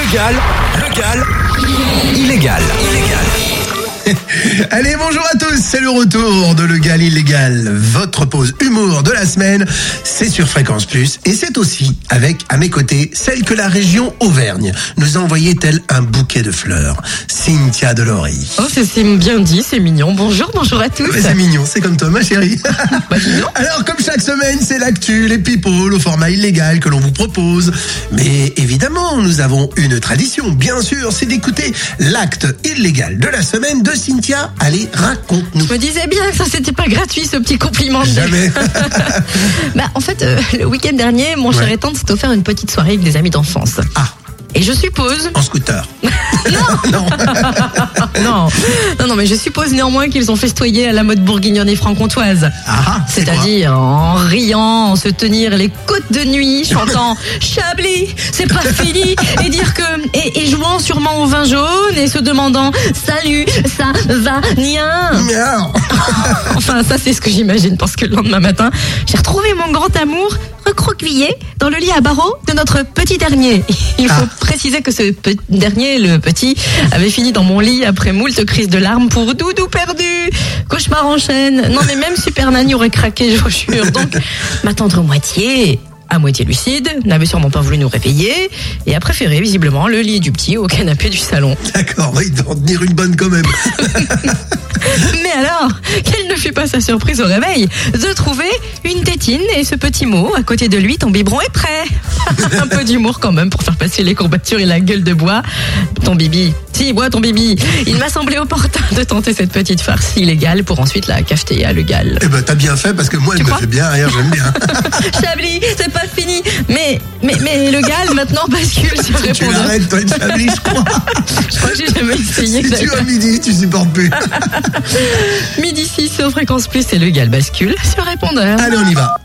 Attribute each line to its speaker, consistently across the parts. Speaker 1: Légal, légal, illégal, illégal.
Speaker 2: Allez, bonjour à tous, c'est le retour de Legal Illégal. Votre pause humour de la semaine, c'est sur Fréquence Plus et c'est aussi avec, à mes côtés, celle que la région Auvergne nous a envoyée tel un bouquet de fleurs, Cynthia Delory.
Speaker 3: Oh, c'est- c'est bien dit, c'est mignon. Bonjour, bonjour à tous.
Speaker 2: Mais c'est mignon, c'est comme toi, ma chérie.
Speaker 3: Bah,
Speaker 2: Alors, comme chaque semaine, c'est l'actu, les people, au format illégal que l'on vous propose. Mais évidemment, nous avons une tradition, bien sûr, c'est d'écouter l'acte illégal de la semaine de Cynthia. Allez, raconte-nous.
Speaker 3: Je me disais bien que ça, c'était pas gratuit, ce petit compliment.
Speaker 2: Jamais.
Speaker 3: Bah, en fait, euh, le week-end dernier, mon cher
Speaker 2: Ouais.
Speaker 3: étante s'est offert une petite soirée avec des amis d'enfance.
Speaker 2: Ah,
Speaker 3: Et je suppose...
Speaker 2: en scooter. Oh.
Speaker 3: Non, non, non, mais je suppose néanmoins qu'ils ont festoyé à la mode bourguignonne et franc-comtoise.
Speaker 2: Ah, c'est quoi
Speaker 3: C'est-à-dire en riant, en se tenir les côtes de nuit, chantant Chablis, c'est pas fini, et dire que et, et jouant sûrement au vin jaune et se demandant Salut, ça va rien.
Speaker 2: Miaou.
Speaker 3: Enfin, ça, c'est ce que j'imagine, parce que le lendemain matin, j'ai retrouvé mon grand amour recroquevillé dans le lit à barreaux de notre petit dernier. Il faut préciser que ce pe- dernier, le petit, avait fini dans mon lit après moult crises de larmes pour doudou perdu. Cauchemar en chaîne. Non, mais même Super Nanny aurait craqué, je vous jure. Donc, ma tendre moitié à moitié lucide, n'avait sûrement pas voulu nous réveiller et a préféré visiblement le lit du petit au canapé du salon.
Speaker 2: D'accord, il doit en tenir une bonne quand même.
Speaker 3: Mais alors, quelle ne fut pas sa surprise au réveil de trouver une tétine et ce petit mot à côté de lui, ton biberon est prêt. Un peu d'humour quand même pour faire passer les courbatures et la gueule de bois. Ton bibi, si, bois ton bibi. Il m'a semblé opportun de tenter cette petite farce illégale pour ensuite la cafeter à Legal.
Speaker 2: Eh ben, t'as bien fait parce que moi, elle
Speaker 3: Tu
Speaker 2: me
Speaker 3: crois
Speaker 2: fait bien rire, j'aime bien.
Speaker 3: Chablis, c'est pas fini. Mais, mais, mais Legal maintenant bascule sur
Speaker 2: tu
Speaker 3: répondeur.
Speaker 2: l'arrêtes, toi, Chablis, je crois.
Speaker 3: Je crois que j'ai jamais essayé.
Speaker 2: Si
Speaker 3: que
Speaker 2: tu as midi, tu supportes plus.
Speaker 3: Midi 6 sur Fréquence Plus et Legal bascule sur répondeur.
Speaker 2: Allez, on y va.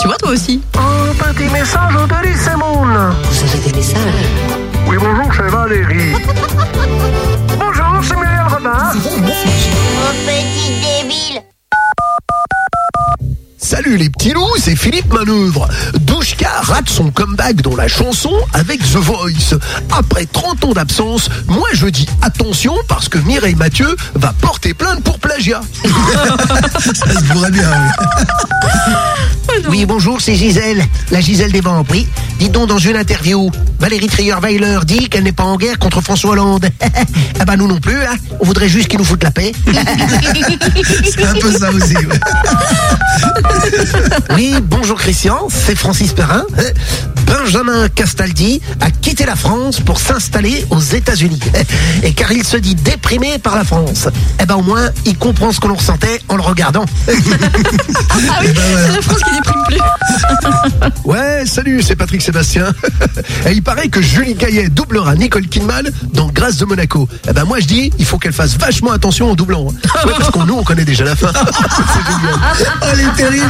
Speaker 3: Tu vois toi aussi
Speaker 4: Un petit message de Lissemoun.
Speaker 5: Vous avez des messages
Speaker 4: Oui, bonjour, c'est Valérie. bonjour, c'est Muriel Robin.
Speaker 6: Mon petit débile
Speaker 7: Salut les petits loups, c'est Philippe Manœuvre. Douchka rate son comeback dans la chanson avec The Voice. Après 30 ans d'absence, moi je dis attention parce que Mireille Mathieu va porter plainte pour plagiat.
Speaker 2: Ça se bourrait bien.
Speaker 7: hein.
Speaker 2: oui.
Speaker 8: Oui, bonjour, c'est Gisèle, la Gisèle des Vents. Oui, dites donc dans une interview, Valérie Trier-Weiler dit qu'elle n'est pas en guerre contre François Hollande. ah bah nous non plus, hein. on voudrait juste qu'il nous foute la paix.
Speaker 2: C'est un peu ça aussi. ouais.
Speaker 8: oui, bonjour Christian, c'est Francis Perrin. Euh, Benjamin Castaldi a quitté la France pour s'installer aux États-Unis. Et car il se dit déprimé par la France, eh ben au moins il comprend ce que l'on ressentait en le regardant.
Speaker 3: Ah oui, c'est la France qui déprime plus.
Speaker 7: Ouais, Eh, salut, c'est Patrick Sébastien. Et il paraît que Julie Gaillet doublera Nicole Kidman dans Grâce de Monaco. Eh ben moi je dis, il faut qu'elle fasse vachement attention en doublant. Ouais, parce qu'on nous on connaît déjà la fin.
Speaker 2: Oh, elle est terrible.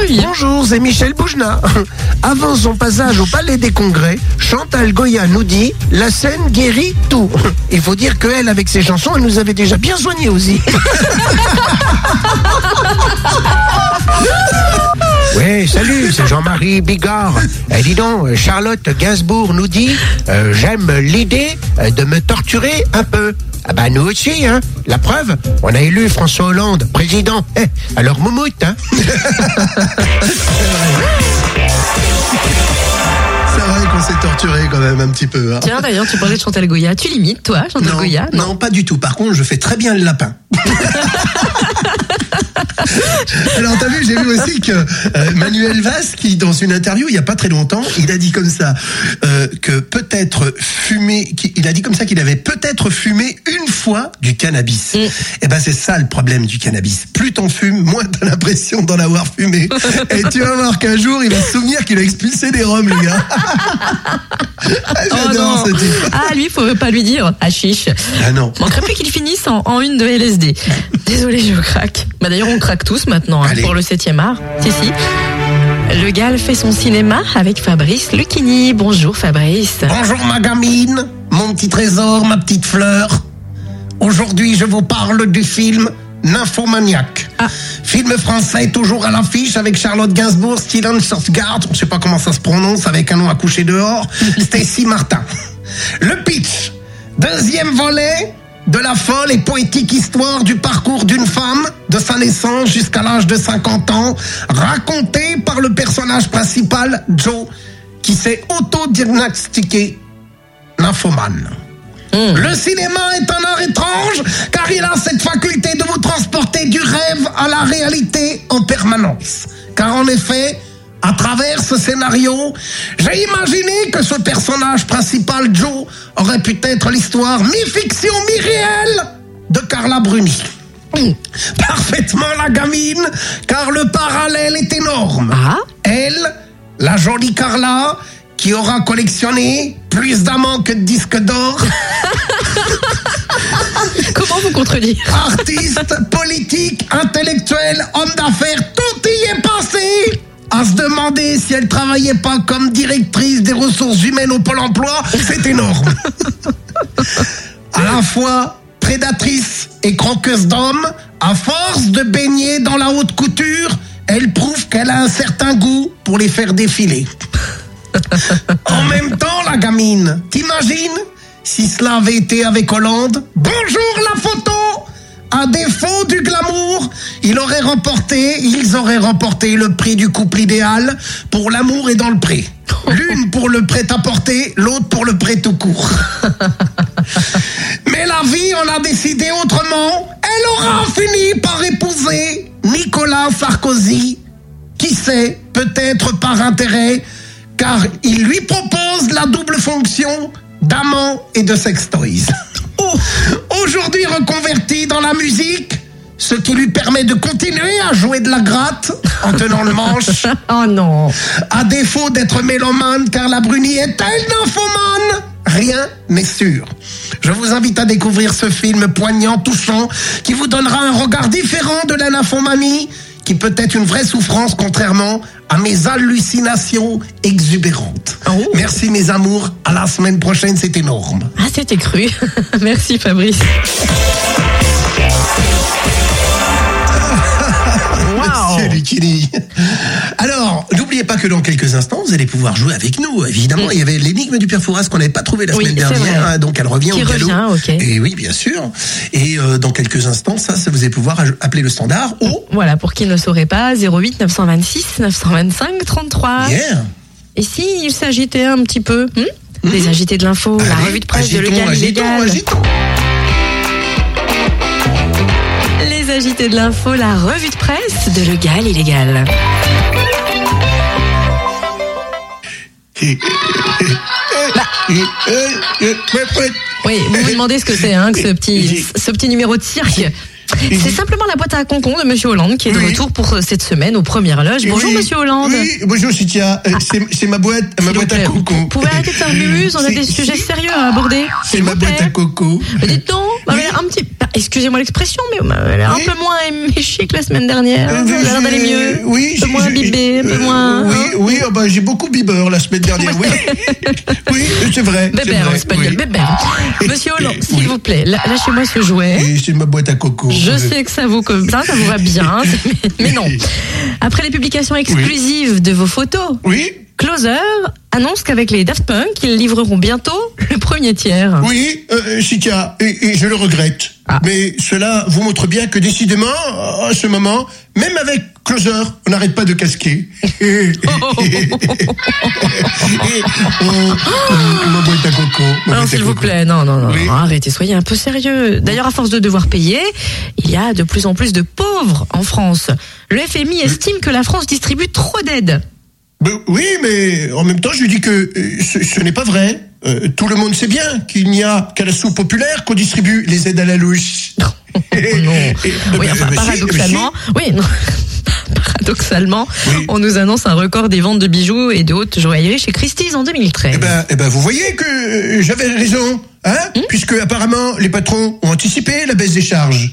Speaker 3: Oui.
Speaker 8: Bonjour, c'est Michel Boujna. Avant son passage au Palais des Congrès, Chantal Goya nous dit La scène guérit tout. Il faut dire qu'elle, avec ses chansons, elle nous avait déjà bien soignés aussi. Oui, salut, c'est Jean-Marie Bigard. Eh, dis donc, Charlotte Gainsbourg nous dit euh, J'aime l'idée euh, de me torturer un peu. Ah bah nous aussi, hein. La preuve, on a élu François Hollande, président. Eh, alors moumoute, hein.
Speaker 2: C'est vrai qu'on s'est torturé quand même un petit peu. hein.
Speaker 3: Tiens, d'ailleurs, tu parlais de Chantal Goya. Tu limites, toi, Chantal Goya
Speaker 2: non, non, pas du tout. Par contre, je fais très bien le lapin. Alors, t'as vu, j'ai vu aussi que euh, Manuel Valls, qui dans une interview il y a pas très longtemps, il a dit comme ça euh, que peut-être fumé, qu'il- il a dit comme ça qu'il avait peut-être fumé une fois du cannabis.
Speaker 3: Mm.
Speaker 2: Et ben c'est ça le problème du cannabis. Plus t'en fumes, moins t'as l'impression d'en avoir fumé. Et tu vas voir qu'un jour il va se souvenir qu'il a expulsé des roms, les gars. Ah, J'adore
Speaker 3: Oh non.
Speaker 2: ce type.
Speaker 3: Ah, lui, faut pas lui dire. Ah, chiche.
Speaker 2: Ah non.
Speaker 3: Manquerait plus qu'il finisse en, en une de LSD. Désolé, je craque. Bah, d'ailleurs, on craque tous maintenant hein,
Speaker 2: Allez.
Speaker 3: pour le 7 art. Si, si. Le Gall fait son cinéma avec Fabrice Lucchini. Bonjour, Fabrice.
Speaker 2: Bonjour ma gamine, mon petit trésor, ma petite fleur. Aujourd'hui, je vous parle du film Nymphomaniac. Film français toujours à l'affiche avec Charlotte Gainsbourg, Stellan Skarsgård, je sais pas comment ça se prononce, avec un nom à coucher dehors, Stacy Martin. Le pitch. Deuxième volet de la folle et poétique histoire du parcours d'une femme de sa naissance jusqu'à l'âge de 50 ans, racontée par le personnage principal, Joe, qui s'est autodiagnostiqué nymphomane. Le cinéma est un art étrange car il a cette faculté de vous transporter du rêve à la réalité en permanence. Car en effet, à travers ce scénario, j'ai imaginé que ce personnage principal, Joe, aurait pu être l'histoire mi-fiction, mi-réelle de Carla Bruni. Parfaitement la gamine, car le parallèle est énorme.
Speaker 3: Ah
Speaker 2: Elle, la jolie Carla, qui aura collectionné plus d'amants que de disques d'or,
Speaker 3: Comment vous contredire
Speaker 2: artiste, politique, intellectuel, homme d'affaires, tout y est passé à se demander si elle travaillait pas comme directrice des ressources humaines au Pôle emploi, c'est énorme. à la fois prédatrice et croqueuse d'hommes, à force de baigner dans la haute couture, elle prouve qu'elle a un certain goût pour les faire défiler. En même temps, la gamine, t'imagines si cela avait été avec Hollande Bonjour la photo À défaut du glamour, il aurait remporté, ils auraient remporté le prix du couple idéal pour l'amour et dans le pré. L'une pour le prêt-à-porter, l'autre pour le prêt tout court. Mais la vie en a décidé autrement. Elle aura fini par épouser Nicolas Sarkozy. Qui sait, peut-être par intérêt, car il lui propose la double fonction d'amant et de sextoys. Oh, Aujourd'hui reconverti dans la musique, ce qui lui permet de continuer à jouer de la gratte en tenant le manche.
Speaker 3: Oh non
Speaker 2: À défaut d'être mélomane, car la Bruni est-elle nymphomane Rien n'est sûr. Je vous invite à découvrir ce film poignant, touchant, qui vous donnera un regard différent de la nymphomanie, qui peut être une vraie souffrance, contrairement à mes hallucinations exubérantes. Merci mes amours, à la semaine prochaine, c'est énorme.
Speaker 3: Ah, c'était cru. Merci Fabrice. Oh.
Speaker 2: Monsieur Lucchini. Alors, n'oubliez pas que dans quelques instants, vous allez pouvoir jouer avec nous. Évidemment, il y avait l'énigme du père Fouras qu'on n'avait pas trouvé la
Speaker 3: Oui,
Speaker 2: semaine
Speaker 3: c'est
Speaker 2: dernière,
Speaker 3: vrai.
Speaker 2: hein, donc elle revient
Speaker 3: Qui
Speaker 2: au galop.
Speaker 3: revient, ok.
Speaker 2: Et oui, bien sûr. Et euh, dans quelques instants, ça, ça vous allez pouvoir aj- appeler le standard au
Speaker 3: Voilà, pour qui ne saurait pas, 08 926 925 33.
Speaker 2: hier.
Speaker 3: Et si il s'agitait un petit peu hein Les agités de l'info, la
Speaker 2: Allez,
Speaker 3: revue de presse
Speaker 2: agitons,
Speaker 3: de Legal
Speaker 2: agitons,
Speaker 3: Illégal.
Speaker 2: agitons.
Speaker 3: Les agités de l'info, la revue de presse de Legal Illégal.
Speaker 2: Eh,
Speaker 3: Bah.
Speaker 2: eh,
Speaker 3: Oui, vous vous demandez ce que c'est, hein, que ce petit, ce petit numéro de cirque. C'est simplement la boîte à concon de Monsieur Hollande qui est de
Speaker 2: Oui.
Speaker 3: retour pour euh, cette semaine aux premières loges. Bonjour
Speaker 2: Oui,
Speaker 3: Monsieur Hollande.
Speaker 2: eh,
Speaker 3: Ah.
Speaker 2: Oui, bonjour Citia. Euh, c'est- C'est ma boîte, ma
Speaker 3: S'il vous
Speaker 2: boîte à
Speaker 3: plaît, vous
Speaker 2: coco. Eh,
Speaker 3: pouvez arrêter de faire mumuse, on a
Speaker 2: C'est-
Speaker 3: des sujets
Speaker 2: c'est-
Speaker 3: sérieux à aborder.
Speaker 2: C'est
Speaker 3: S'il
Speaker 2: ma
Speaker 3: vous
Speaker 2: boîte
Speaker 3: plaît.
Speaker 2: à coco.
Speaker 3: Mais dites donc, vous avez
Speaker 2: Oui.
Speaker 3: l'air un petit. bah, Excusez-moi l'expression, mais vous avez l'air
Speaker 2: Oui. Euh,
Speaker 3: un peu moins éméché que la semaine dernière. Vous avez l'air d'aller mieux.
Speaker 2: Oui,
Speaker 3: un peu
Speaker 2: j'ai-
Speaker 3: moins
Speaker 2: j'ai-
Speaker 3: bibé, un peu
Speaker 2: euh,
Speaker 3: moins.
Speaker 2: Oui,
Speaker 3: hein.
Speaker 2: oui, ah bah, j'ai beaucoup bibeur la semaine dernière. Oui, oui, c'est vrai. c'est
Speaker 3: Bébert en
Speaker 2: vrai,
Speaker 3: espagnol,
Speaker 2: oui.
Speaker 3: bébert. Monsieur Hollande, s'il vous plaît, la- lâchez-moi ce jouet.
Speaker 2: Et c'est ma boîte à coco.
Speaker 3: Je sais que ça vous comme ça, ça vous va bien, mais, mais non. Après les publications exclusives de vos photos,
Speaker 2: Oui,
Speaker 3: Closer annonce qu'avec les Daft Punk, ils livreront bientôt le premier tiers.
Speaker 2: oui, euh, Chica, et, et je le regrette. Mais cela vous montre bien que décidément, à ce moment, même avec Closer, on n'arrête pas de casquer. Et- oh, ma boîte à coco. ma
Speaker 3: Ah Non,
Speaker 2: boîte à
Speaker 3: s'il vous
Speaker 2: coco.
Speaker 3: plaît, non, non, non,
Speaker 2: Oui.
Speaker 3: non, arrêtez, soyez un peu sérieux. D'ailleurs, à force de devoir payer, il y a de plus en plus de pauvres en France. Le FMI estime que la France distribue trop d'aides.
Speaker 2: Ben oui, mais en même temps, je lui dis que euh, ce, ce n'est pas vrai. Euh, tout le monde sait bien qu'il n'y a qu'à la soupe populaire qu'on distribue les aides à la louche.
Speaker 3: Oh non.
Speaker 2: Eh, eh,
Speaker 3: Oui,
Speaker 2: ben,
Speaker 3: enfin,
Speaker 2: ben, si,
Speaker 3: paradoxalement, oui, non. Paradoxalement,
Speaker 2: Oui.
Speaker 3: on nous annonce un record des ventes de bijoux et de hautes joailleries chez Christie's en 2013.
Speaker 2: Eh ben, eh ben, vous voyez que euh, j'avais raison, hein
Speaker 3: Hmm?
Speaker 2: Puisque apparemment, les patrons ont anticipé la baisse des charges.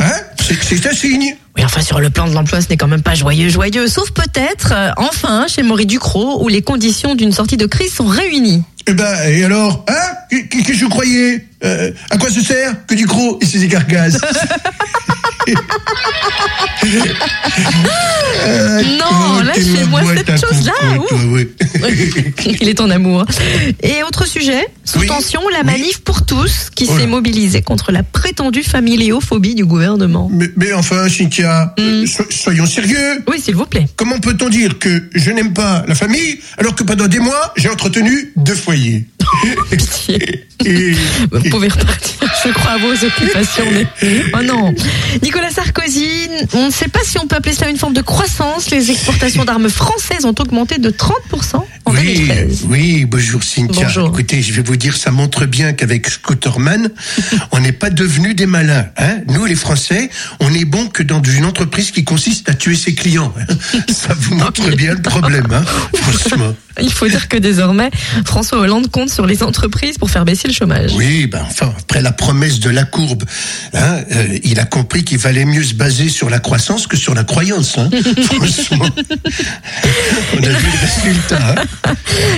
Speaker 2: hein C'est- C'est un signe.
Speaker 3: Oui, enfin, sur le plan de l'emploi, ce n'est quand même pas joyeux, joyeux. Sauf peut-être, euh, enfin, chez Maurice Ducrot, où les conditions d'une sortie de crise sont réunies.
Speaker 2: Eh ben, et alors, hein Qu'est-ce que je croyais Euh, À quoi se sert que du gros et ses écargasses
Speaker 3: Non,
Speaker 2: Oh, t'es ma
Speaker 3: lâchez-moi
Speaker 2: boîte à
Speaker 3: cette chose-là.
Speaker 2: concours, toi, ouais.
Speaker 3: Il est en amour. Et autre sujet, sous
Speaker 2: Oui.
Speaker 3: tension, la
Speaker 2: Oui.
Speaker 3: manif pour tous qui
Speaker 2: Oh là.
Speaker 3: s'est mobilisée contre la prétendue familiophobie du gouvernement.
Speaker 2: Mais, mais enfin, Cynthia,
Speaker 3: Mm.
Speaker 2: so- soyons sérieux.
Speaker 3: Oui, s'il vous plaît.
Speaker 2: Comment peut-on dire que je n'aime pas la famille alors que pendant des mois, j'ai entretenu deux foyers
Speaker 3: Pitié.
Speaker 2: Et-
Speaker 3: Vous pouvez repartir, je crois, à vos occupations. mais- Oh non. Nicolas Sarkozy, on ne sait pas si on peut appeler cela une forme de croissance. Les exportations d'armes françaises ont augmenté de 30% en
Speaker 2: Oui,
Speaker 3: 2013.
Speaker 2: oui, bonjour Cynthia.
Speaker 3: Bonjour.
Speaker 2: Écoutez, je vais vous dire, ça montre bien qu'avec Scooterman, on n'est pas devenus des malins. Hein Nous, les Français, on est bons que dans une entreprise qui consiste à tuer ses clients. hein. Ça vous montre bien le problème, hein franchement.
Speaker 3: Il faut dire que désormais, François Hollande compte sur les entreprises pour faire baisser le chômage.
Speaker 2: Oui, ben enfin, après la promesse de la courbe, hein, euh, il a compris qu'il valait mieux se baser sur la croissance que sur la croyance. Hein, franchement, on a vu le résultat. hein.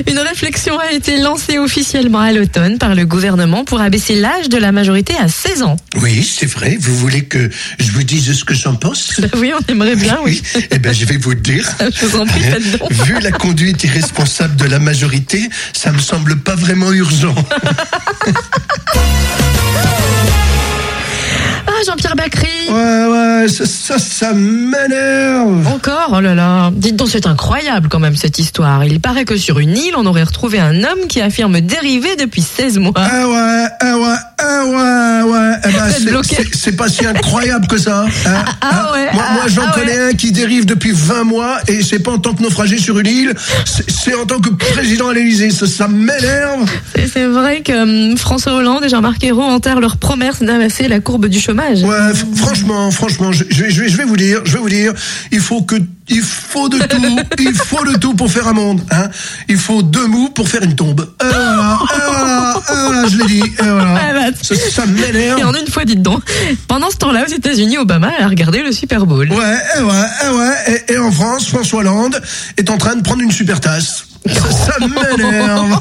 Speaker 3: Une réflexion a été lancée officiellement à l'automne par le gouvernement pour abaisser l'âge de la majorité à 16 ans.
Speaker 2: Oui, c'est vrai. Vous voulez que je vous dise ce que j'en pense
Speaker 3: Ben Oui, on aimerait bien, Ah oui.
Speaker 2: Eh ben, je vais vous le dire. Hein,
Speaker 3: Je vous en prie, faites donc.
Speaker 2: Vu la conduite irresponsable de la majorité, ça me semble pas vraiment urgent.
Speaker 3: Ah, Jean-Pierre Bacry
Speaker 2: Ouais, ouais, ça, ça, ça m'énerve.
Speaker 3: Encore Oh là là Dites donc, c'est incroyable quand même cette histoire. Il paraît que sur une île, on aurait retrouvé un homme qui affirme dériver depuis 16 mois.
Speaker 2: Ah ouais, ah ouais, ah ouais, ouais. Eh ben,
Speaker 3: Vous êtes
Speaker 2: c'est-
Speaker 3: bloqué.
Speaker 2: c'est- c'est pas si incroyable que ça. hein.
Speaker 3: ah ouais,
Speaker 2: Moi,
Speaker 3: ah,
Speaker 2: moi, j'en
Speaker 3: ah
Speaker 2: connais un qui dérive depuis 20 mois et c'est pas en tant que naufragé sur une île, c'est- c'est en tant que président à l'Élysée. Ça, ça m'énerve.
Speaker 3: C'est c'est vrai que hum, François Hollande et Jean-Marc Ayrault enterrent leur promesse d'amasser la courbe du chômage.
Speaker 2: Ouais, f- franchement, franchement, je, je vais, je, vais, je vais vous dire, je vais vous dire, il faut que, il faut de tout, il faut de tout pour faire un monde, hein. Il faut deux mous pour faire une tombe. Euh, voilà, euh, voilà, euh, voilà, je l'ai dit, euh, voilà.
Speaker 3: Ah, bah,
Speaker 2: Ça, ça
Speaker 3: Et
Speaker 2: m'énerve.
Speaker 3: en une fois, dites donc. Pendant ce temps-là, aux États-Unis, Obama a regardé le Super Bowl.
Speaker 2: Ouais, eh ouais, eh ouais, et, et en France, François Hollande est en train de prendre une super tasse. Ça, ça m'énerve.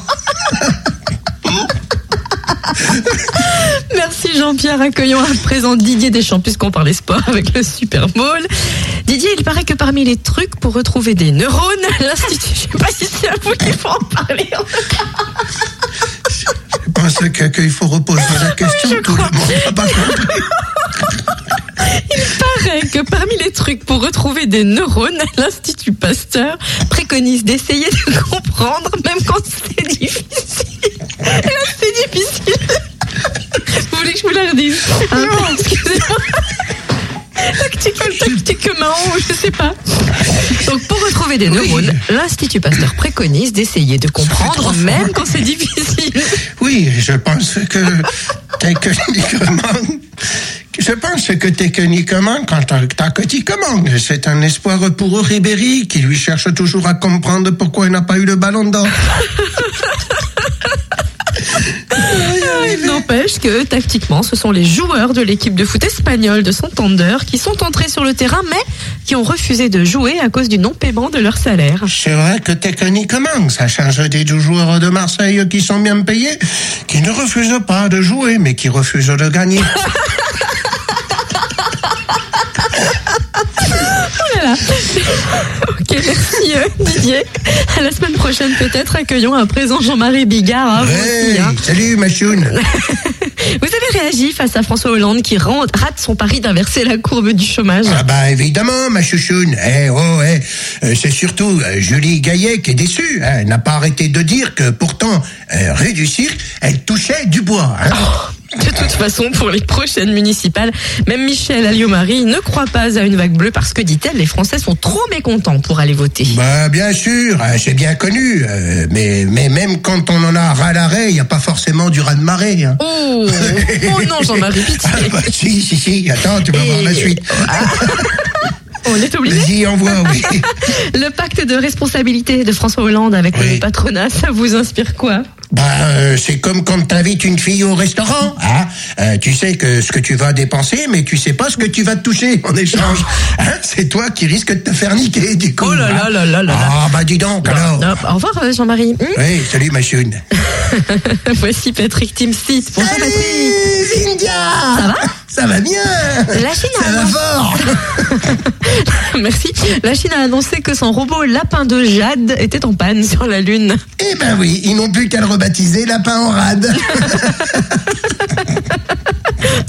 Speaker 3: Merci Jean-Pierre. Accueillons à présent Didier Deschamps, puisqu'on parlait sport avec le Super Bowl. Didier, il paraît que parmi les trucs pour retrouver des neurones, l'Institut, je sais pas si c'est à vous qu'il faut en parler.
Speaker 2: Parce que- qu'il faut reposer la question,
Speaker 3: je
Speaker 2: tout le
Speaker 3: crois.
Speaker 2: monde n'a pas compris.
Speaker 3: paraît que parmi les trucs pour retrouver des neurones, l'Institut Pasteur préconise d'essayer de comprendre, même quand c'est difficile. Là, c'est difficile. Vous voulez que je vous la redise Non, excusez-moi. Tactical, tactique Mao, je sais pas. Donc, pour retrouver des neurones, l'Institut Pasteur préconise d'essayer de comprendre, même quand c'est difficile.
Speaker 2: Oui, je pense que techniquement, je pense que techniquement, quand t'as- t'as Coty Command, c'est un espoir pour Ribéry qui lui cherche toujours à comprendre pourquoi il n'a pas eu le ballon d'or.
Speaker 3: Ah, Il n'empêche que tactiquement, ce sont les joueurs de l'équipe de foot espagnole de Santander qui sont entrés sur le terrain, mais qui ont refusé de jouer à cause du non-paiement de leur salaire.
Speaker 2: C'est vrai que techniquement, ça change des deux joueurs de Marseille qui sont bien payés, qui ne refusent pas de jouer, mais qui refusent de gagner.
Speaker 3: Ok, merci euh, Didier. À la semaine prochaine peut-être. Accueillons à présent Jean-Marie Bigard. hein, vous aussi,
Speaker 2: Hey,
Speaker 3: hein.
Speaker 2: salut, Machoun.
Speaker 3: Vous avez réagi face à François Hollande qui rend- rate son pari d'inverser la courbe du chômage.
Speaker 2: Ah bah évidemment, ma chouchoune. Eh oh, eh. Euh, C'est surtout euh, Julie Gaillet qui est déçue. hein. Elle n'a pas arrêté de dire que pourtant, euh, rue du cirque, elle touchait du bois. hein.
Speaker 3: De toute façon, pour les prochaines municipales, même Michel Alliot-Marie ne croit pas à une vague bleue parce que, dit-elle, les Français sont trop mécontents pour aller voter.
Speaker 2: Bah bien sûr, hein, c'est bien connu. euh, mais, mais même quand on en a ras l'arrêt, il n'y a pas forcément du ras de marée. hein.
Speaker 3: Oh, oh non, Jean-Marie, pitié.
Speaker 2: Ah bah si, si, si, attends, tu vas voir la
Speaker 3: Et-
Speaker 2: suite.
Speaker 3: On est obligé.
Speaker 2: Vas-y, envoie, oui.
Speaker 3: Le pacte de responsabilité de François Hollande avec
Speaker 2: Oui.
Speaker 3: le patronat, ça vous inspire quoi
Speaker 2: Bah, euh, c'est comme quand t'invites une fille au restaurant. Hein Euh, tu sais que ce que tu vas dépenser, mais tu sais pas ce que tu vas te toucher en échange. Hein c'est toi qui risques de te faire niquer, du coup.
Speaker 3: Oh là là
Speaker 2: hein.
Speaker 3: là là là là.
Speaker 2: Ah, bah dis donc, alors.
Speaker 3: Non, Au revoir euh, Jean-Marie. Hmm
Speaker 2: Oui, salut, machine.
Speaker 3: Ah, bah, Voici Patrick Timsit. Bonjour Patrick.
Speaker 2: Cynthia
Speaker 3: Ça va
Speaker 2: Ça va bien
Speaker 3: La Chine a
Speaker 2: Ça va
Speaker 3: annoncé-
Speaker 2: fort
Speaker 3: Merci. La Chine a annoncé que son robot lapin de jade était en panne sur la Lune.
Speaker 2: Eh ben oui, ils n'ont plus qu'à le rebaptiser Lapin en rade.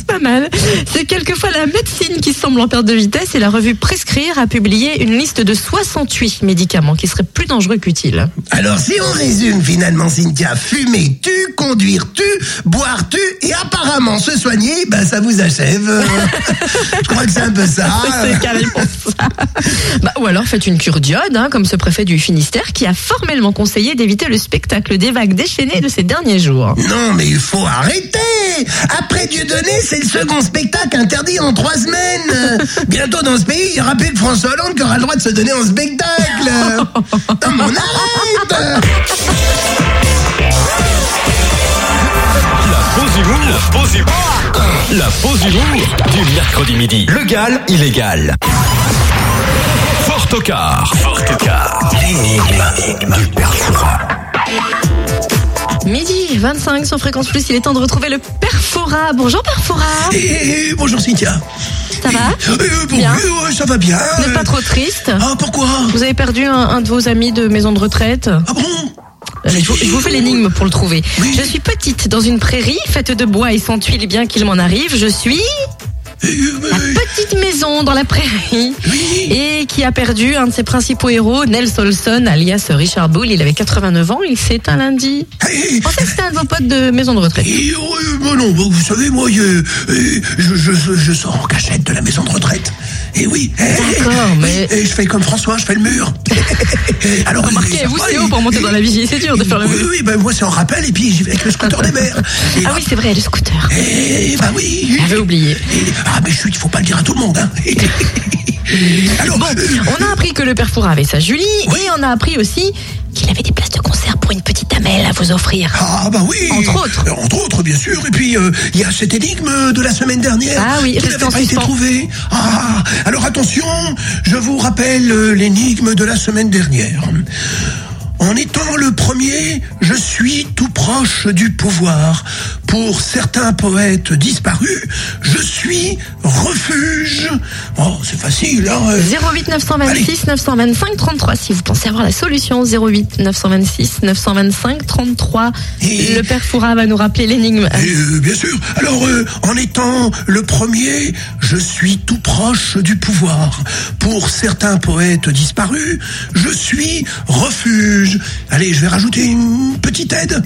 Speaker 3: Pas mal. C'est quelquefois la médecine qui semble en perte de vitesse et la revue Prescrire a publié une liste de 68 médicaments qui seraient plus dangereux qu'utiles.
Speaker 2: Alors si on résume finalement, Cynthia, fumer tu, conduire tu, boire tu et apparemment se soigner, ben ça vous achève. Euh, Je crois que c'est un peu ça.
Speaker 3: C'est carrément ça. Bah, ou alors faites une cure d'iode, hein, comme ce préfet du Finistère qui a formellement conseillé d'éviter le spectacle des vagues déchaînées de ces derniers jours.
Speaker 2: Non mais il faut arrêter. Après Dieudonné, c'est le second spectacle interdit en trois semaines. Euh, Bientôt dans ce pays, il n'y aura plus que François Hollande qui aura le droit de se donner en spectacle. Euh, Non mais on arrête
Speaker 1: La pause humour, la pause humour, la pause humour du mercredi midi. Le Legal, illégal. Fort au quart. Fort au quart. L'énigme du perforat.
Speaker 3: Midi 25 sur Fréquence Plus, il est temps de retrouver le Perfora. Bonjour Perfora.
Speaker 2: Et, et, Eh, bonjour Cynthia.
Speaker 3: Ça va
Speaker 2: Euh, bon,
Speaker 3: Bien.
Speaker 2: euh, ça va bien.
Speaker 3: Vous n'êtes
Speaker 2: Euh,
Speaker 3: pas trop triste
Speaker 2: Ah pourquoi
Speaker 3: Vous avez perdu un, un de vos amis de maison de retraite
Speaker 2: Ah bon
Speaker 3: Euh, Je vous, je vous fais l'énigme pour le trouver.
Speaker 2: Oui.
Speaker 3: Je suis petite dans une prairie faite de bois et sans tuiles bien qu'il m'en arrive. Je suis
Speaker 2: Eh,
Speaker 3: la petite maison dans la prairie et qui a perdu un de ses principaux héros, Nels Olson, alias Richard Bull. Il avait 89 ans, il s'est un lundi.
Speaker 2: eh,
Speaker 3: Je pensais que c'était un de vos potes de maison de retraite.
Speaker 2: Et, euh, bon, non, bon, vous savez, moi, euh, euh, je, je, je, je sors en cachette de la maison de retraite. Et oui.
Speaker 3: D'accord,
Speaker 2: Eh,
Speaker 3: mais-
Speaker 2: eh, je fais comme François, je fais le mur. Alors,
Speaker 3: Remarquez,
Speaker 2: euh,
Speaker 3: vous,
Speaker 2: ça va,
Speaker 3: c'est
Speaker 2: et-
Speaker 3: haut pour monter dans la vigie, c'est dur de faire le
Speaker 2: Oui, oui, ben moi, c'est en rappel, et puis j'y vais avec le scooter des mers. Et,
Speaker 3: Ah oui, c'est vrai, le scooter.
Speaker 2: Eh, bah oui.
Speaker 3: J'avais oublié.
Speaker 2: Et- ah, mais chut, faut pas le dire à tout le monde, hein. Alors, euh,
Speaker 3: On a appris que le père Fourat avait sa Julie et on a appris aussi qu'il avait des places de concert pour une petite amelle à vous offrir.
Speaker 2: Ah bah oui
Speaker 3: Entre autres.
Speaker 2: Euh, Entre autres, bien sûr. Et puis, euh, il y a cette énigme de la semaine dernière
Speaker 3: Ah oui,
Speaker 2: qui
Speaker 3: restez
Speaker 2: n'avait
Speaker 3: en
Speaker 2: pas été
Speaker 3: suspens.
Speaker 2: trouvée. Ah Alors attention, je vous rappelle euh, l'énigme de la semaine dernière. En étant le premier, je suis tout proche du pouvoir. Pour certains poètes disparus, je suis refuge. Oh, c'est facile, hein euh.
Speaker 3: 08 926 925 33 si vous pensez avoir la solution 08 926 925 33
Speaker 2: Et-
Speaker 3: le père Fourat va nous rappeler l'énigme
Speaker 2: Et, euh, bien sûr. Alors, euh, en étant le premier, je suis tout proche du pouvoir. Pour certains poètes disparus, je suis refuge. Allez, je vais rajouter une petite aide.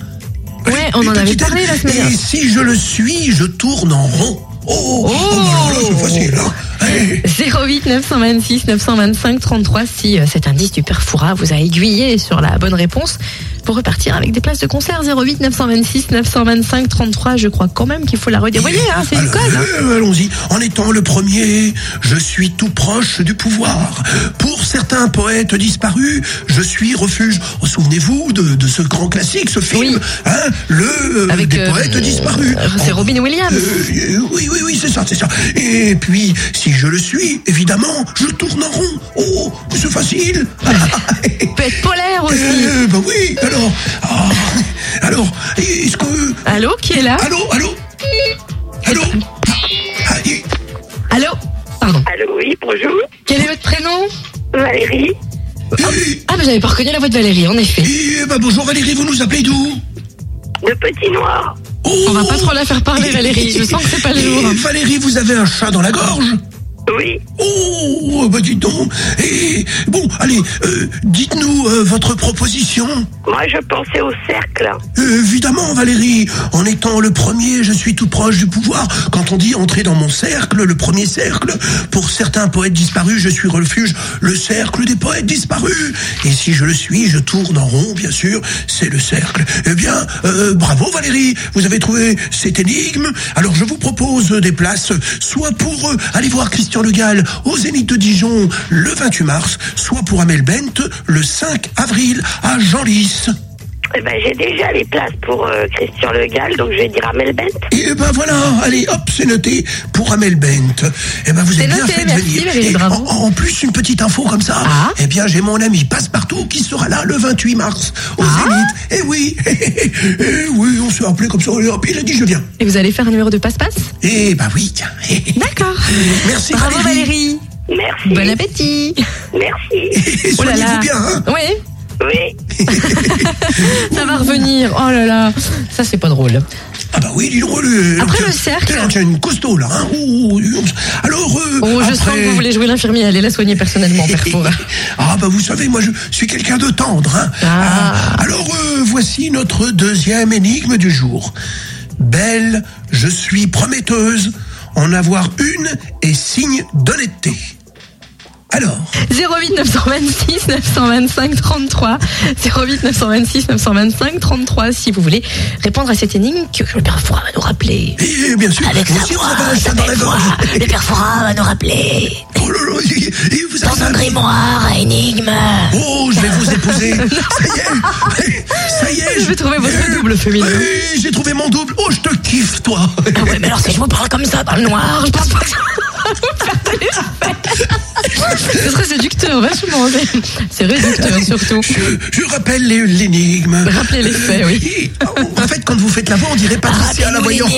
Speaker 3: ouais on
Speaker 2: Une
Speaker 3: en avait
Speaker 2: petite
Speaker 3: parlé
Speaker 2: aide.
Speaker 3: la semaine
Speaker 2: Et
Speaker 3: dernière
Speaker 2: si je le suis, je tourne en rond. Oh, oh,
Speaker 3: Oh. Eh,
Speaker 2: bah alors là, c'est facile. hein. Allez.
Speaker 3: 08 926 925 33 si euh, cet indice du père Fourat vous a aiguillé sur la bonne réponse pour repartir avec des places de concert 08 926 925 33 je crois quand même qu'il faut la redire vous voyez hein, c'est une
Speaker 2: Alors,
Speaker 3: code hein.
Speaker 2: euh, Allons-y. En étant le premier, je suis tout proche du pouvoir. Pour certains poètes disparus, je suis refuge. Oh, Souvenez-vous de, de ce grand classique, ce film,
Speaker 3: Oui.
Speaker 2: hein, le euh,
Speaker 3: avec
Speaker 2: des
Speaker 3: euh,
Speaker 2: poètes disparus.
Speaker 3: euh, c'est
Speaker 2: Oh,
Speaker 3: Robin Williams
Speaker 2: euh, euh, oui, oui, oui, c'est ça, c'est ça. Et puis, si je le suis, évidemment, je tourne en rond. Oh, c'est facile.
Speaker 3: peut être polaire aussi
Speaker 2: Euh, bah oui, alors. ah, alors, est-ce que.
Speaker 3: allô qui est là
Speaker 2: Allô, allô Allô Ah, il-
Speaker 3: Allô Pardon.
Speaker 5: Allô, oui, bonjour.
Speaker 3: Quel est votre prénom
Speaker 5: Valérie,
Speaker 2: il-
Speaker 3: Ah, mais j'avais pas reconnu la voix de Valérie, en effet.
Speaker 2: Eh ben bonjour Valérie, vous nous appelez d'où
Speaker 5: le petit noir.
Speaker 2: Oh
Speaker 3: On va pas trop la faire parler, Valérie. Je sens que c'est pas le jour.
Speaker 2: Eh, Valérie, vous avez un chat dans la gorge
Speaker 5: Oui,
Speaker 2: Oh, bah dis donc. Et bon, allez, euh, dites-nous euh, votre proposition.
Speaker 5: moi je pensais au cercle.
Speaker 2: Euh, évidemment, Valérie, en étant le premier, je suis tout proche du pouvoir. Quand on dit entrer dans mon cercle, le premier cercle, pour certains poètes disparus, je suis refuge, le cercle des poètes disparus. Et si je le suis, je tourne en rond, bien sûr, c'est le cercle. Eh bien, euh, bravo Valérie, vous avez trouvé cette énigme. Alors je vous propose des places, soit pour euh, aller voir Christian Le Gall au Zénith de Dijon le 28 mars, soit pour Amel Bent le 5 avril à Genlis.
Speaker 5: Eh ben, j'ai déjà les places pour euh, Christian Le Gall, donc je vais dire à Melbent.
Speaker 8: Eh
Speaker 2: Et ben voilà, allez, hop, c'est noté pour Amel Bent.
Speaker 8: Eh
Speaker 2: Et ben vous
Speaker 3: C'est
Speaker 2: avez bien
Speaker 3: noté,
Speaker 2: fait de
Speaker 3: merci,
Speaker 2: venir.
Speaker 3: Valérie,
Speaker 2: Et
Speaker 3: bravo.
Speaker 2: en, en plus, une petite info comme ça.
Speaker 3: Ah.
Speaker 2: Eh bien, j'ai mon ami Passepartout qui sera là le 28 mars au
Speaker 3: Ah.
Speaker 2: Zénith. Eh oui, eh oui, on s'est appelé comme ça. Et hop, il a dit je viens.
Speaker 3: Et vous allez faire un numéro de passe-passe
Speaker 2: Eh ben oui, tiens.
Speaker 3: D'accord.
Speaker 2: Merci
Speaker 3: Bravo Valérie.
Speaker 5: Merci.
Speaker 3: Bon appétit. Oh
Speaker 5: Merci.
Speaker 2: Et soignez-vous bien. Hein.
Speaker 3: Ouais,
Speaker 5: Oui.
Speaker 3: ça va revenir. Oh là là, ça c'est pas drôle.
Speaker 2: Ah bah oui, dis donc. euh,
Speaker 3: Après
Speaker 2: tiens,
Speaker 3: le cercle.
Speaker 2: tiens, Tiens, une costaud là. Hein. Ouh, ouh, ouh. Alors. Euh,
Speaker 3: Oh, je sens
Speaker 2: après-
Speaker 3: que vous voulez jouer l'infirmier, allez la soigner personnellement, Perfo.
Speaker 2: Ah bah vous savez, moi je suis quelqu'un de tendre. hein.
Speaker 3: Ah.
Speaker 2: Ah, Alors euh, voici notre deuxième énigme du jour. Belle, je suis prometteuse, en avoir une et signe d'honnêteté. Alors,
Speaker 3: 08 926 925 33 08 926 925 33 si vous voulez répondre à cette énigme que le père Fouras va nous rappeler.
Speaker 2: et bien sûr,
Speaker 3: Avec
Speaker 2: vous
Speaker 3: sa
Speaker 2: aussi,
Speaker 3: voix,
Speaker 2: vous avez un chat dans la gorge.
Speaker 3: Le père Fouras va nous rappeler.
Speaker 2: Oh là là, et- et vous avez
Speaker 3: Dans un
Speaker 2: ça-
Speaker 3: grimoire à énigme.
Speaker 2: Oh, je vais vous épouser. Ça y est, ça y est.
Speaker 3: Je vais trouver votre double féminin.
Speaker 2: Oui, J'ai trouvé mon double. Oh, je te kiffe, toi.
Speaker 3: Ah ouais, mais alors si je vous parle comme ça dans le noir, je pense pas que ça va vous faire de l'effet. Ce serait séducteur, vachement. mais C'est réducteur surtout.
Speaker 2: Je, je rappelle les- l'énigme.
Speaker 3: Rappelez les faits, Ben oui. ben
Speaker 2: Et, En fait, quand vous faites la voix, on dirait Patricia Oh, la voyante.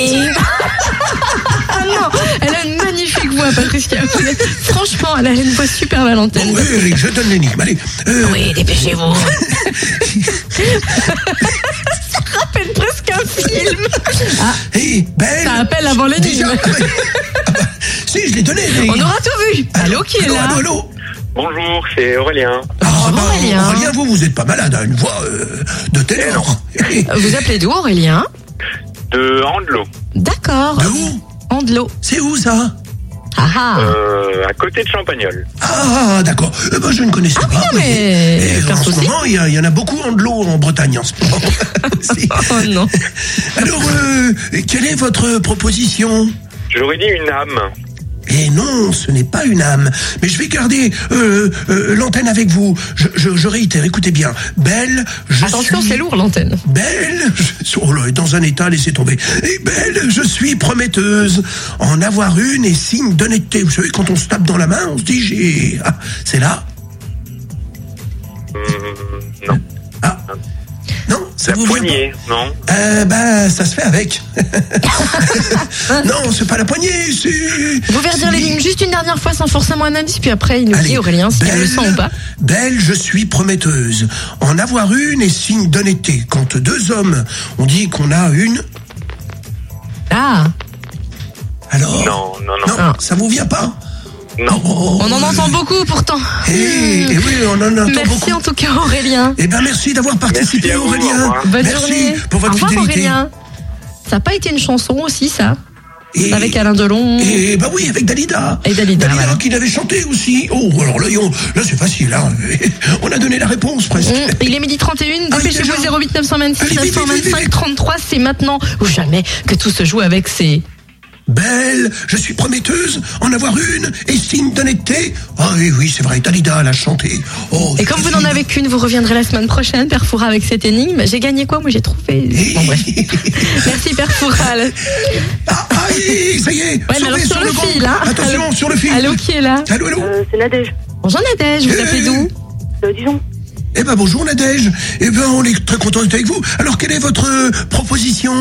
Speaker 3: Ah non, elle a une magnifique voix, Patricia. Franchement, elle a une voix super
Speaker 2: Bon,
Speaker 3: valentaine.
Speaker 2: oui, Eric, je donne l'énigme. Allez, euh,
Speaker 3: Oui, dépêchez-vous. Ça rappelle presque un film. Ah,
Speaker 2: et belle.
Speaker 3: Ça appelle avant
Speaker 2: Ben. Déjà,
Speaker 3: l'énigme.
Speaker 2: ah bah, ah bah, si, je l'ai donné.
Speaker 3: On aura tout vu. Allô, qui est
Speaker 2: allô,
Speaker 3: là
Speaker 2: Allô, allô.
Speaker 9: Bonjour, c'est Aurélien.
Speaker 2: Ah, bah,
Speaker 3: Aurélien.
Speaker 2: Aurélien, vous, vous êtes pas malade, hein, une voix euh, de télé, non
Speaker 3: Vous appelez d'où, Aurélien
Speaker 9: De Andelot,
Speaker 3: D'accord.
Speaker 2: De où
Speaker 3: Andelot.
Speaker 2: C'est où ça
Speaker 3: Ah ah.
Speaker 9: euh, à côté de Champagnol.
Speaker 2: Ah, d'accord. Eh ben, je ne connaissais pas.
Speaker 3: Ah, non, mais
Speaker 2: Et, euh,
Speaker 3: aucun
Speaker 2: en ce
Speaker 3: souci.
Speaker 2: moment, il y, a- il y en a beaucoup en de l'eau en Bretagne en ce moment. Aussi.
Speaker 3: Oh non.
Speaker 2: Alors, euh, quelle est votre proposition
Speaker 9: J'aurais dit une âme.
Speaker 2: Eh non, ce n'est pas une âme. Mais je vais garder euh, euh, l'antenne avec vous. Je, je, je réitère, écoutez bien. Belle, je
Speaker 3: Attention,
Speaker 2: suis...
Speaker 3: c'est lourd l'antenne.
Speaker 2: Belle, je- oh là, dans un état, laissez tomber. Et belle, je suis prometteuse. En avoir une est signe d'honnêteté. Vous savez, quand on se tape dans la main, on se dit, j'ai... Ah, c'est là
Speaker 9: Hmm, non.
Speaker 2: Ah. Non, ça
Speaker 9: La
Speaker 2: vous vient pas
Speaker 9: poignée, non
Speaker 2: Euh, bah, ça se fait avec. non, c'est pas la poignée, c'est.
Speaker 3: Vous verrez dire
Speaker 2: c'est-
Speaker 3: l'énigme juste une dernière fois sans forcément un indice, puis après il nous
Speaker 2: Allez,
Speaker 3: dit Aurélien si elle le sent ou pas.
Speaker 2: Belle, je suis prometteuse. En avoir une est signe d'honnêteté. Quand deux hommes, on dit qu'on a une.
Speaker 3: Ah,
Speaker 2: Alors.
Speaker 9: Non, non, non.
Speaker 2: Non,
Speaker 3: Non.
Speaker 2: ça vous vient pas
Speaker 9: Non.
Speaker 3: on en entend beaucoup pourtant.
Speaker 2: Eh, eh oui, on en entend
Speaker 3: Merci
Speaker 2: beaucoup.
Speaker 3: en tout cas Aurélien.
Speaker 2: Eh ben, merci d'avoir participé,
Speaker 9: Merci à vous, au
Speaker 2: Aurélien.
Speaker 9: revoir.
Speaker 3: Bonne
Speaker 2: merci
Speaker 3: journée.
Speaker 2: pour votre
Speaker 3: Au revoir
Speaker 2: fidélité.
Speaker 3: Aurélien. Ça n'a pas été une chanson aussi ça
Speaker 2: Et-
Speaker 3: Avec Alain Delon.
Speaker 2: Et bah oui, avec Dalida.
Speaker 3: Et Dalida, voilà.
Speaker 2: qui l'avait chanté aussi. Oh, alors là, on- là c'est facile. hein. On a donné la réponse presque.
Speaker 3: Hum, Il est midi 31,
Speaker 2: Ah,
Speaker 3: dépêchez-vous
Speaker 2: déjà
Speaker 3: 08 926
Speaker 2: Allez, vite, vite, vite,
Speaker 3: 925
Speaker 2: vite.
Speaker 3: 33, c'est maintenant ou jamais que tout se joue avec ces...
Speaker 2: Belle, je suis prometteuse, en avoir une et signe d'honnêteté. Ah oui, oui, c'est vrai, Dalida l'a chanté. Oh,
Speaker 3: Et comme vous n'en avez qu'une, vous reviendrez la semaine prochaine, Perfoura, avec cette énigme. J'ai gagné quoi Moi j'ai trouvé...
Speaker 2: Eh.
Speaker 3: Bon bref. Merci Perfoura.
Speaker 2: Ah, ah, oui, ça y est,
Speaker 3: Ouais, mais
Speaker 2: sauvez
Speaker 3: alors sur le
Speaker 2: banc.
Speaker 3: fil, hein.
Speaker 2: Attention,
Speaker 3: Allô.
Speaker 2: sur le fil.
Speaker 3: Allô, qui est là
Speaker 2: Allô, allô.
Speaker 5: Euh, c'est Nadège. Euh,
Speaker 3: Bonjour Nadège, vous appelez d'où
Speaker 5: disons.
Speaker 2: Eh ben bonjour Nadège. Eh ben on est très content d'être avec vous. Alors quelle est votre euh, proposition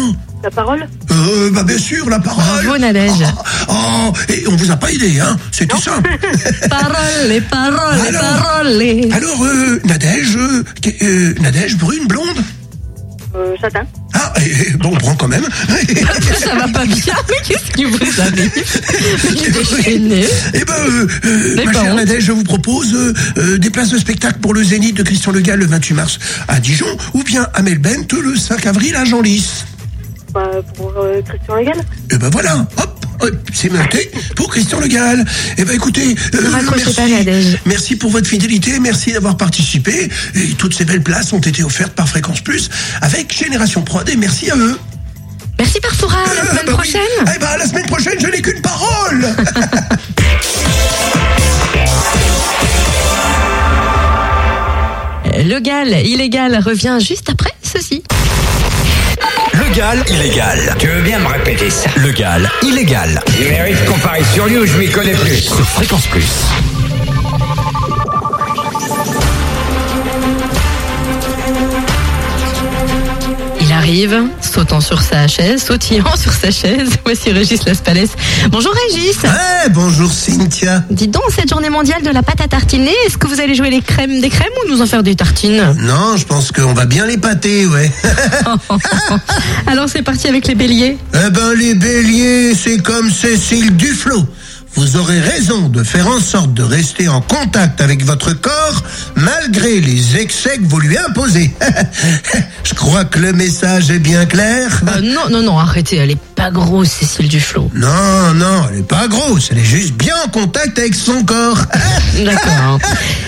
Speaker 5: La parole
Speaker 2: Euh, bah bien sûr, la parole.
Speaker 3: Bravo, Nadège.
Speaker 2: Oh, oh, et on vous a pas aidé, hein C'était simple.
Speaker 3: Parole, parole,
Speaker 2: Alors
Speaker 3: parole.
Speaker 2: Alors, euh, Nadège, euh, qu'est- euh, Nadège, brune, blonde
Speaker 5: euh, Satin.
Speaker 2: Ah, eh, eh, bon, on prend quand même.
Speaker 3: Ça va pas bien, mais qu'est-ce que vous avez Je suis déchaînée.
Speaker 2: Eh ben, euh, euh,
Speaker 3: Mais
Speaker 2: ma
Speaker 3: pas
Speaker 2: chère
Speaker 3: honte.
Speaker 2: Nadège, je vous propose euh, euh, des places de spectacle pour le Zénith de Christian Le Gall le 28 mars à Dijon, ou bien à Melbourne le 5 avril à Genlis.
Speaker 5: Bah, pour euh, Christian Legal.
Speaker 2: Eh ben voilà, hop hop, c'est noté pour Christian Le Gall. Eh ben écoutez, euh,
Speaker 3: Ne raccrochez
Speaker 2: merci,
Speaker 3: pas, Nadège.
Speaker 2: merci pour votre fidélité, merci d'avoir participé. Et toutes ces belles places ont été offertes par Fréquence Plus avec Génération Prod et merci à eux.
Speaker 3: Merci Perfoura, à la
Speaker 2: Ah,
Speaker 3: semaine
Speaker 2: bah oui.
Speaker 3: prochaine.
Speaker 2: Eh ben, la semaine prochaine, je n'ai qu'une parole
Speaker 3: Euh, Le Gal illégal revient juste après ceci.
Speaker 10: Le Gall illégal.
Speaker 1: Tu veux bien me répéter ça
Speaker 10: Le Gall illégal.
Speaker 1: Il mérite qu'on parie sur lui ou je m'y connais plus.
Speaker 10: Sur Fréquence Plus.
Speaker 3: Il arrive, sautant sur sa chaise, sautillant sur sa chaise. Voici Régis Laspalès. Bonjour Régis.
Speaker 2: Hein
Speaker 8: Ouais, Eh, bonjour Cynthia.
Speaker 3: Dis donc, cette journée mondiale de la pâte à tartiner, est-ce que vous allez jouer les crèmes des crèmes ou nous en faire des tartines
Speaker 8: Non, je pense qu'on va bien les pâter, ouais.
Speaker 3: Alors c'est parti avec les béliers.
Speaker 8: Eh ben les béliers, c'est comme Cécile Duflot. Vous aurez raison de faire en sorte de rester en contact avec votre corps malgré les excès que vous lui imposez. Je crois que le message est bien clair.
Speaker 3: Euh, non, non, non, arrêtez, elle est pas grosse, Cécile Duflo.
Speaker 8: Non, non, elle est pas grosse, elle est juste bien en contact avec son corps.
Speaker 3: D'accord. hein.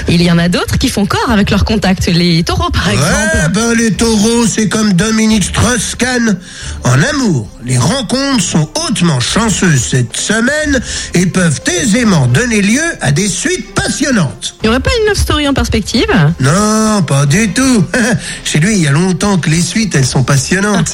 Speaker 3: Il y en a d'autres qui font corps avec leurs contacts, les taureaux par
Speaker 8: Ouais,
Speaker 3: exemple.
Speaker 8: ben les taureaux, c'est comme Dominique Strauss-Kahn. En amour, les rencontres sont hautement chanceuses cette semaine et peuvent aisément donner lieu à des suites passionnantes.
Speaker 3: Il y aurait pas une love story en perspective
Speaker 8: Non, pas du tout. Chez lui, il y a longtemps que les suites, elles sont passionnantes.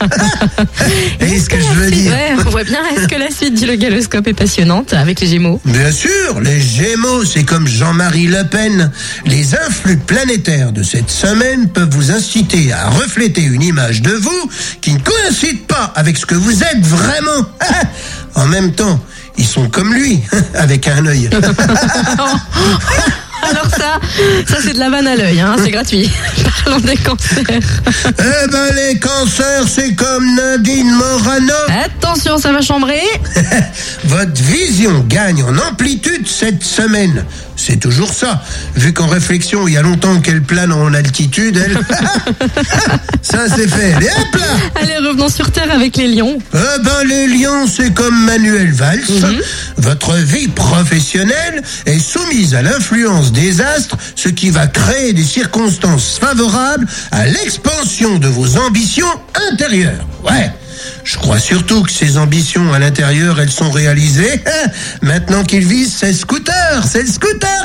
Speaker 8: Et ce que je veux
Speaker 3: C'est
Speaker 8: dire
Speaker 3: vrai, on voit bien, est-ce que la suite du galoscope est passionnante avec les gémeaux
Speaker 8: Bien sûr, les Gémeaux, c'est comme Jean-Marie Le Pen. Les influx planétaires de cette semaine peuvent vous inciter à refléter une image de vous qui ne coïncide pas avec ce que vous êtes vraiment. en même temps, ils sont comme lui, avec un œil.
Speaker 3: Alors ça, ça c'est de la vanne à l'œil, hein, c'est gratuit. Parlons des cancers.
Speaker 8: eh ben, les cancers, c'est comme Nadine Morano.
Speaker 3: Attention, ça va chambrer.
Speaker 8: Votre vision gagne en amplitude cette semaine. C'est toujours ça. Vu qu'en réflexion, il y a longtemps qu'elle plane en altitude, elle. ça, c'est fait. Et hop là
Speaker 3: Allez, revenons sur Terre avec les lions.
Speaker 8: Eh ben, les lions, c'est comme Manuel Valls. Votre vie professionnelle est soumise à l'influence des astres, ce qui va créer des circonstances favorables à l'expansion de vos ambitions intérieures. Ouais. Je crois surtout que ces ambitions à l'intérieur, elles sont réalisées. Hein, Maintenant qu'il vise ses scooters, c'est le scooter.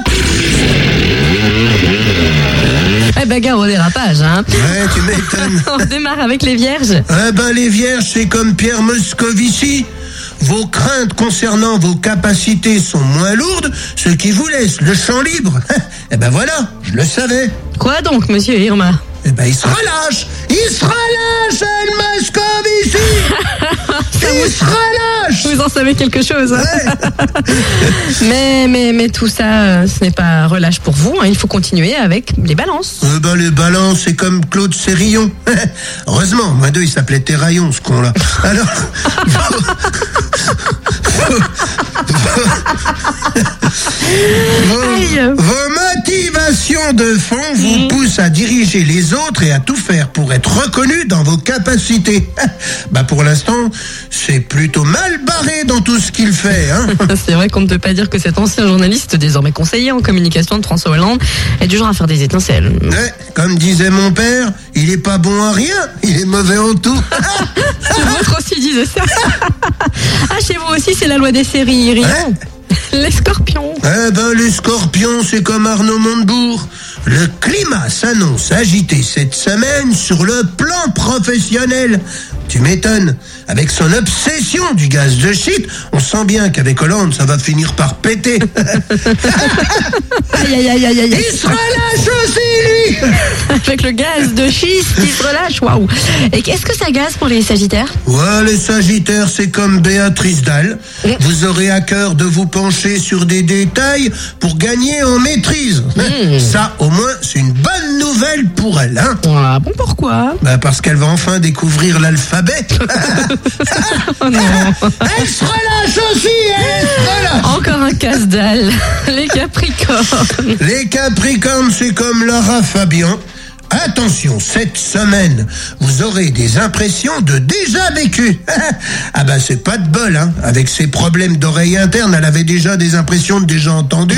Speaker 3: Eh ben, gare au dérapage, hein.
Speaker 8: Ouais, tu m'étonnes.
Speaker 3: On démarre avec les vierges.
Speaker 8: Eh ben les vierges, c'est comme Pierre Moscovici. Vos craintes concernant vos capacités sont moins lourdes, ce qui vous laisse le champ libre. Eh ben voilà, je le savais.
Speaker 3: Quoi donc, monsieur Irma
Speaker 8: Eh ben il se relâche Il se relâche, El Moscovici Il se relâche
Speaker 3: Vous en savez quelque chose. hein
Speaker 8: Ouais.
Speaker 3: Mais, mais, mais tout ça, euh, ce n'est pas relâche pour vous. hein. Il faut continuer avec les balances.
Speaker 8: Eh ben les balances, c'est comme Claude Sérillon. Heureusement, moi deux, il s'appelait Terraillon, ce con-là. Alors...
Speaker 3: Aïe.
Speaker 8: Vos motivations de fond vous poussent à diriger les autres et à tout faire pour être reconnu dans vos capacités. bah pour l'instant, c'est plutôt mal barré dans tout ce qu'il fait. Hein
Speaker 3: C'est vrai qu'on ne peut pas dire que cet ancien journaliste, désormais conseiller en communication de François Hollande, est du genre à faire des étincelles.
Speaker 8: Ouais, comme disait mon père, il est pas bon à rien, il est mauvais en tout.
Speaker 3: Le vôtre aussi disait ça. Ah, chez vous aussi, c'est la loi des séries. Rien. Les scorpions.
Speaker 8: Eh ben, les scorpions, c'est comme Arnaud Montebourg. Le climat s'annonce agité cette semaine sur le plan professionnel. Tu m'étonnes. Avec son obsession du gaz de schiste, on sent bien qu'avec Hollande, ça va finir par péter.
Speaker 3: Aïe, aïe, aïe, aïe, aïe.
Speaker 8: Il se relâche aussi, lui
Speaker 3: Avec le gaz de schiste qui se relâche. Waouh. Et qu'est-ce que ça gaze pour les sagittaires
Speaker 8: Ouais, les Sagittaires, c'est comme Béatrice Dalle. Vous aurez à cœur de vous pencher sur des détails pour gagner en maîtrise. Ça, au moins, c'est une bonne nouvelle pour elle, hein
Speaker 3: Ah, Bon, pourquoi
Speaker 8: Bah parce qu'elle va enfin découvrir l'alphabet.
Speaker 3: Oh non.
Speaker 8: elle se relâche aussi, elle se relâche.
Speaker 3: Encore un casse-dalle. Les Capricornes.
Speaker 8: Les Capricornes, c'est comme Lara Fabian. Attention, cette semaine, vous aurez des impressions de déjà vécu. ah bah c'est pas de bol, hein. Avec ses problèmes d'oreille interne, elle avait déjà des impressions de déjà entendu.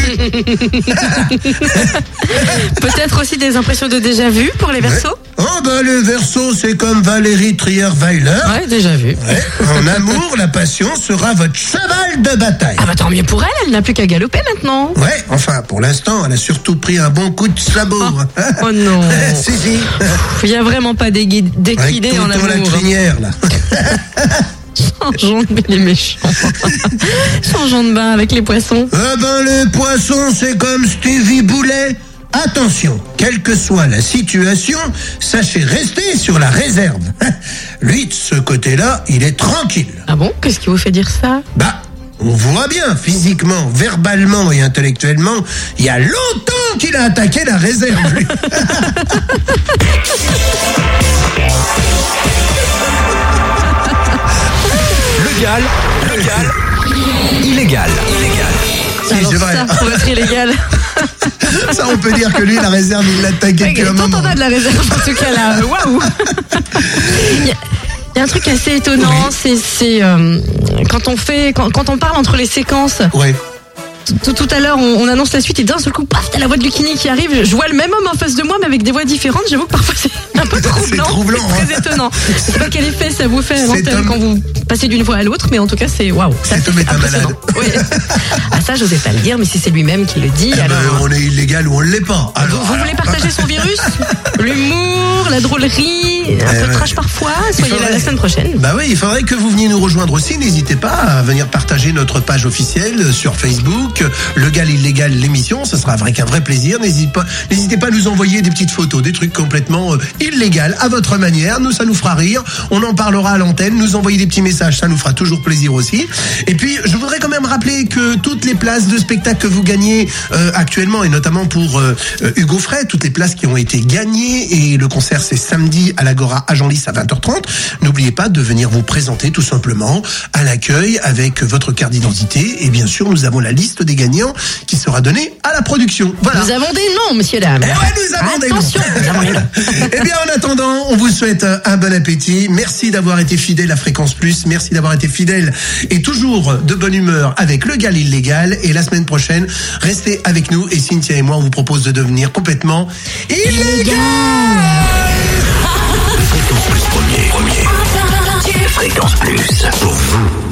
Speaker 3: Peut-être aussi des impressions de déjà vu pour les Verseaux.
Speaker 8: Oh
Speaker 2: Oh bah le verso, c'est comme Valérie Trier-Weiler.
Speaker 3: Ouais, déjà vu.
Speaker 2: Ouais, En amour, la passion sera votre cheval de bataille.
Speaker 3: Ah bah tant mieux pour elle, elle n'a plus qu'à galoper maintenant.
Speaker 2: Ouais, enfin, pour l'instant, elle a surtout pris un bon coup de sabot. hein.
Speaker 3: Oh non.
Speaker 2: si, si.
Speaker 3: Il n'y a vraiment pas d'équi-
Speaker 2: Avec
Speaker 3: d'équidé en
Speaker 2: tonton la
Speaker 3: amour. hein.
Speaker 2: crinière, là.
Speaker 3: Changeons de les méchants. Changeons de bain avec les poissons.
Speaker 2: Ah ben, les poissons, c'est comme Stevie Boulet. Attention, quelle que soit la situation, sachez rester sur la réserve. Lui, de ce côté-là, il est tranquille.
Speaker 3: Ah bon Qu'est-ce qui vous fait dire ça
Speaker 2: Bah, on voit bien, physiquement, verbalement et intellectuellement, il y a longtemps qu'il a attaqué la réserve. lui.
Speaker 1: Legal, legal, illégal. Illégal.
Speaker 2: Si,
Speaker 3: Alors
Speaker 2: c'est vrai.
Speaker 3: ça, pour être illégal.
Speaker 2: Ça, on peut dire que lui, la réserve, il l'a attaqué
Speaker 3: Ouais,
Speaker 2: depuis un
Speaker 3: Tant
Speaker 2: moment.
Speaker 3: on a de la réserve en tout cas là, euh, waouh Il y a- il y a un truc assez étonnant, c'est- c'est euh, quand on fait, quand, quand on parle entre les séquences.
Speaker 2: Ouais.
Speaker 3: Tout, tout à l'heure, on, on annonce la suite et d'un seul coup, paf, t'as la voix de Lucini qui arrive. Je vois le même homme en face de moi, mais avec des voix différentes. J'avoue que parfois c'est un peu troublant,
Speaker 2: troublant, hein.
Speaker 3: c'est très étonnant. Je sais pas quel effet ça vous fait à
Speaker 2: Cet
Speaker 3: l'antenne
Speaker 2: homme-
Speaker 3: quand vous passez d'une voix à l'autre, mais en tout cas c'est waouh. c'est
Speaker 2: Cet
Speaker 3: assez
Speaker 2: homme est un
Speaker 3: impressionnant. Ouais. Ah ça, j'osais pas le dire, mais si c'est lui-même qui le dit,
Speaker 2: Eh ben,
Speaker 3: alors.
Speaker 2: on est illégal ou on l'est pas.
Speaker 3: Vous,
Speaker 2: Alors,
Speaker 3: vous voulez partager son virus L'humour, la drôlerie, un peu
Speaker 2: Eh ouais.
Speaker 3: de trash parfois. Soyez là
Speaker 2: faudrait-
Speaker 3: la semaine prochaine.
Speaker 2: Bah oui, il faudrait que vous veniez nous rejoindre aussi. N'hésitez pas à venir partager notre page officielle sur Facebook, le gal illégal l'émission. Ce sera avec un vrai plaisir. N'hésitez pas, n'hésitez pas à nous envoyer des petites photos, des trucs complètement euh, illégales à votre manière. Nous, ça nous fera rire. On en parlera à l'antenne. Nous envoyer des petits messages, ça nous fera toujours plaisir aussi. Et puis, je voudrais quand même rappeler que toutes les places de spectacle que vous gagnez euh, actuellement, et notamment pour euh, euh, Hugo Frey, toutes les places qui ont été gagnées, et le concert c'est samedi à l'Agora à Genlis à 20h30, n'oubliez pas de venir vous présenter tout simplement à l'accueil avec votre carte d'identité, et bien sûr nous avons la liste des gagnants qui sera donnée à la production. Voilà.
Speaker 3: Nous avons des noms, messieurs dames.
Speaker 2: Eh ouais, nous avons des noms.
Speaker 3: Attention, nous avons des noms.
Speaker 2: Eh bien, en attendant, on vous souhaite un bon appétit. Merci d'avoir été fidèle à Fréquence Plus. Merci d'avoir été fidèle et toujours de bonne humeur avec le Gal illégal. Et la semaine prochaine, restez avec nous. Et Cynthia et moi, on vous propose de devenir complètement illégal.
Speaker 1: Fréquence plus premier. Premier. Fréquence plus. Pour vous.